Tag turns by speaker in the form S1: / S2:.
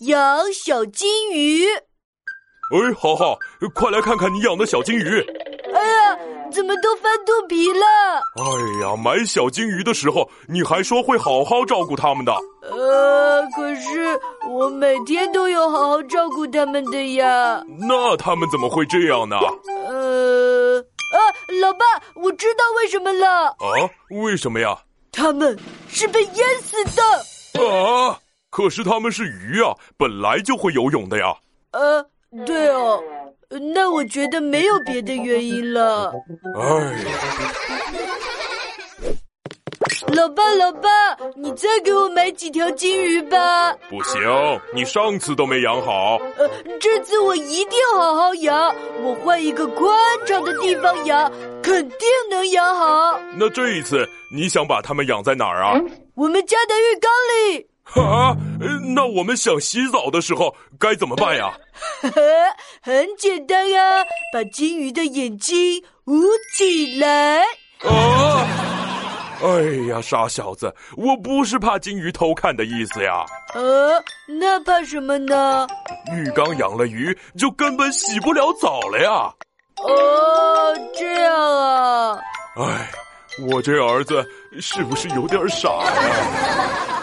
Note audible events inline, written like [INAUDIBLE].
S1: 养小金鱼。
S2: 哎，豪豪，快来看看你养的小金鱼！
S1: 哎呀，怎么都翻肚皮了？
S2: 哎呀，买小金鱼的时候，你还说会好好照顾它们的。
S1: 呃，可是我每天都有好好照顾它们的呀。
S2: 那它们怎么会这样呢？啊
S1: 呃，啊，老爸，我知道为什么了，
S2: 啊，为什么呀？
S1: 它们是被淹死的。
S2: 啊，可是它们是鱼啊，本来就会游泳的呀。
S1: 呃，对哦，那我觉得没有别的原因了。
S2: 哎呀，
S1: 老爸，老爸，你再给我买几条金鱼吧。
S2: 不行，你上次都没养好。
S1: 呃，这次我一定好好养，我换一个宽敞的地方养，肯定能养好。
S2: 那这一次你想把它们养在哪儿啊？
S1: 我们家的浴缸里， [LAUGHS]
S2: 啊，呃那我们想洗澡的时候该怎么办呀？
S1: 呵呵，很简单啊，把金鱼的眼睛捂起来。
S2: 啊！哎呀，傻小子，我不是怕金鱼偷看的意思呀。
S1: 呃，那怕什么呢？
S2: 浴缸养了鱼，就根本洗不了澡了呀。
S1: 哦，这样啊。
S2: 哎，我这儿子是不是有点傻呀、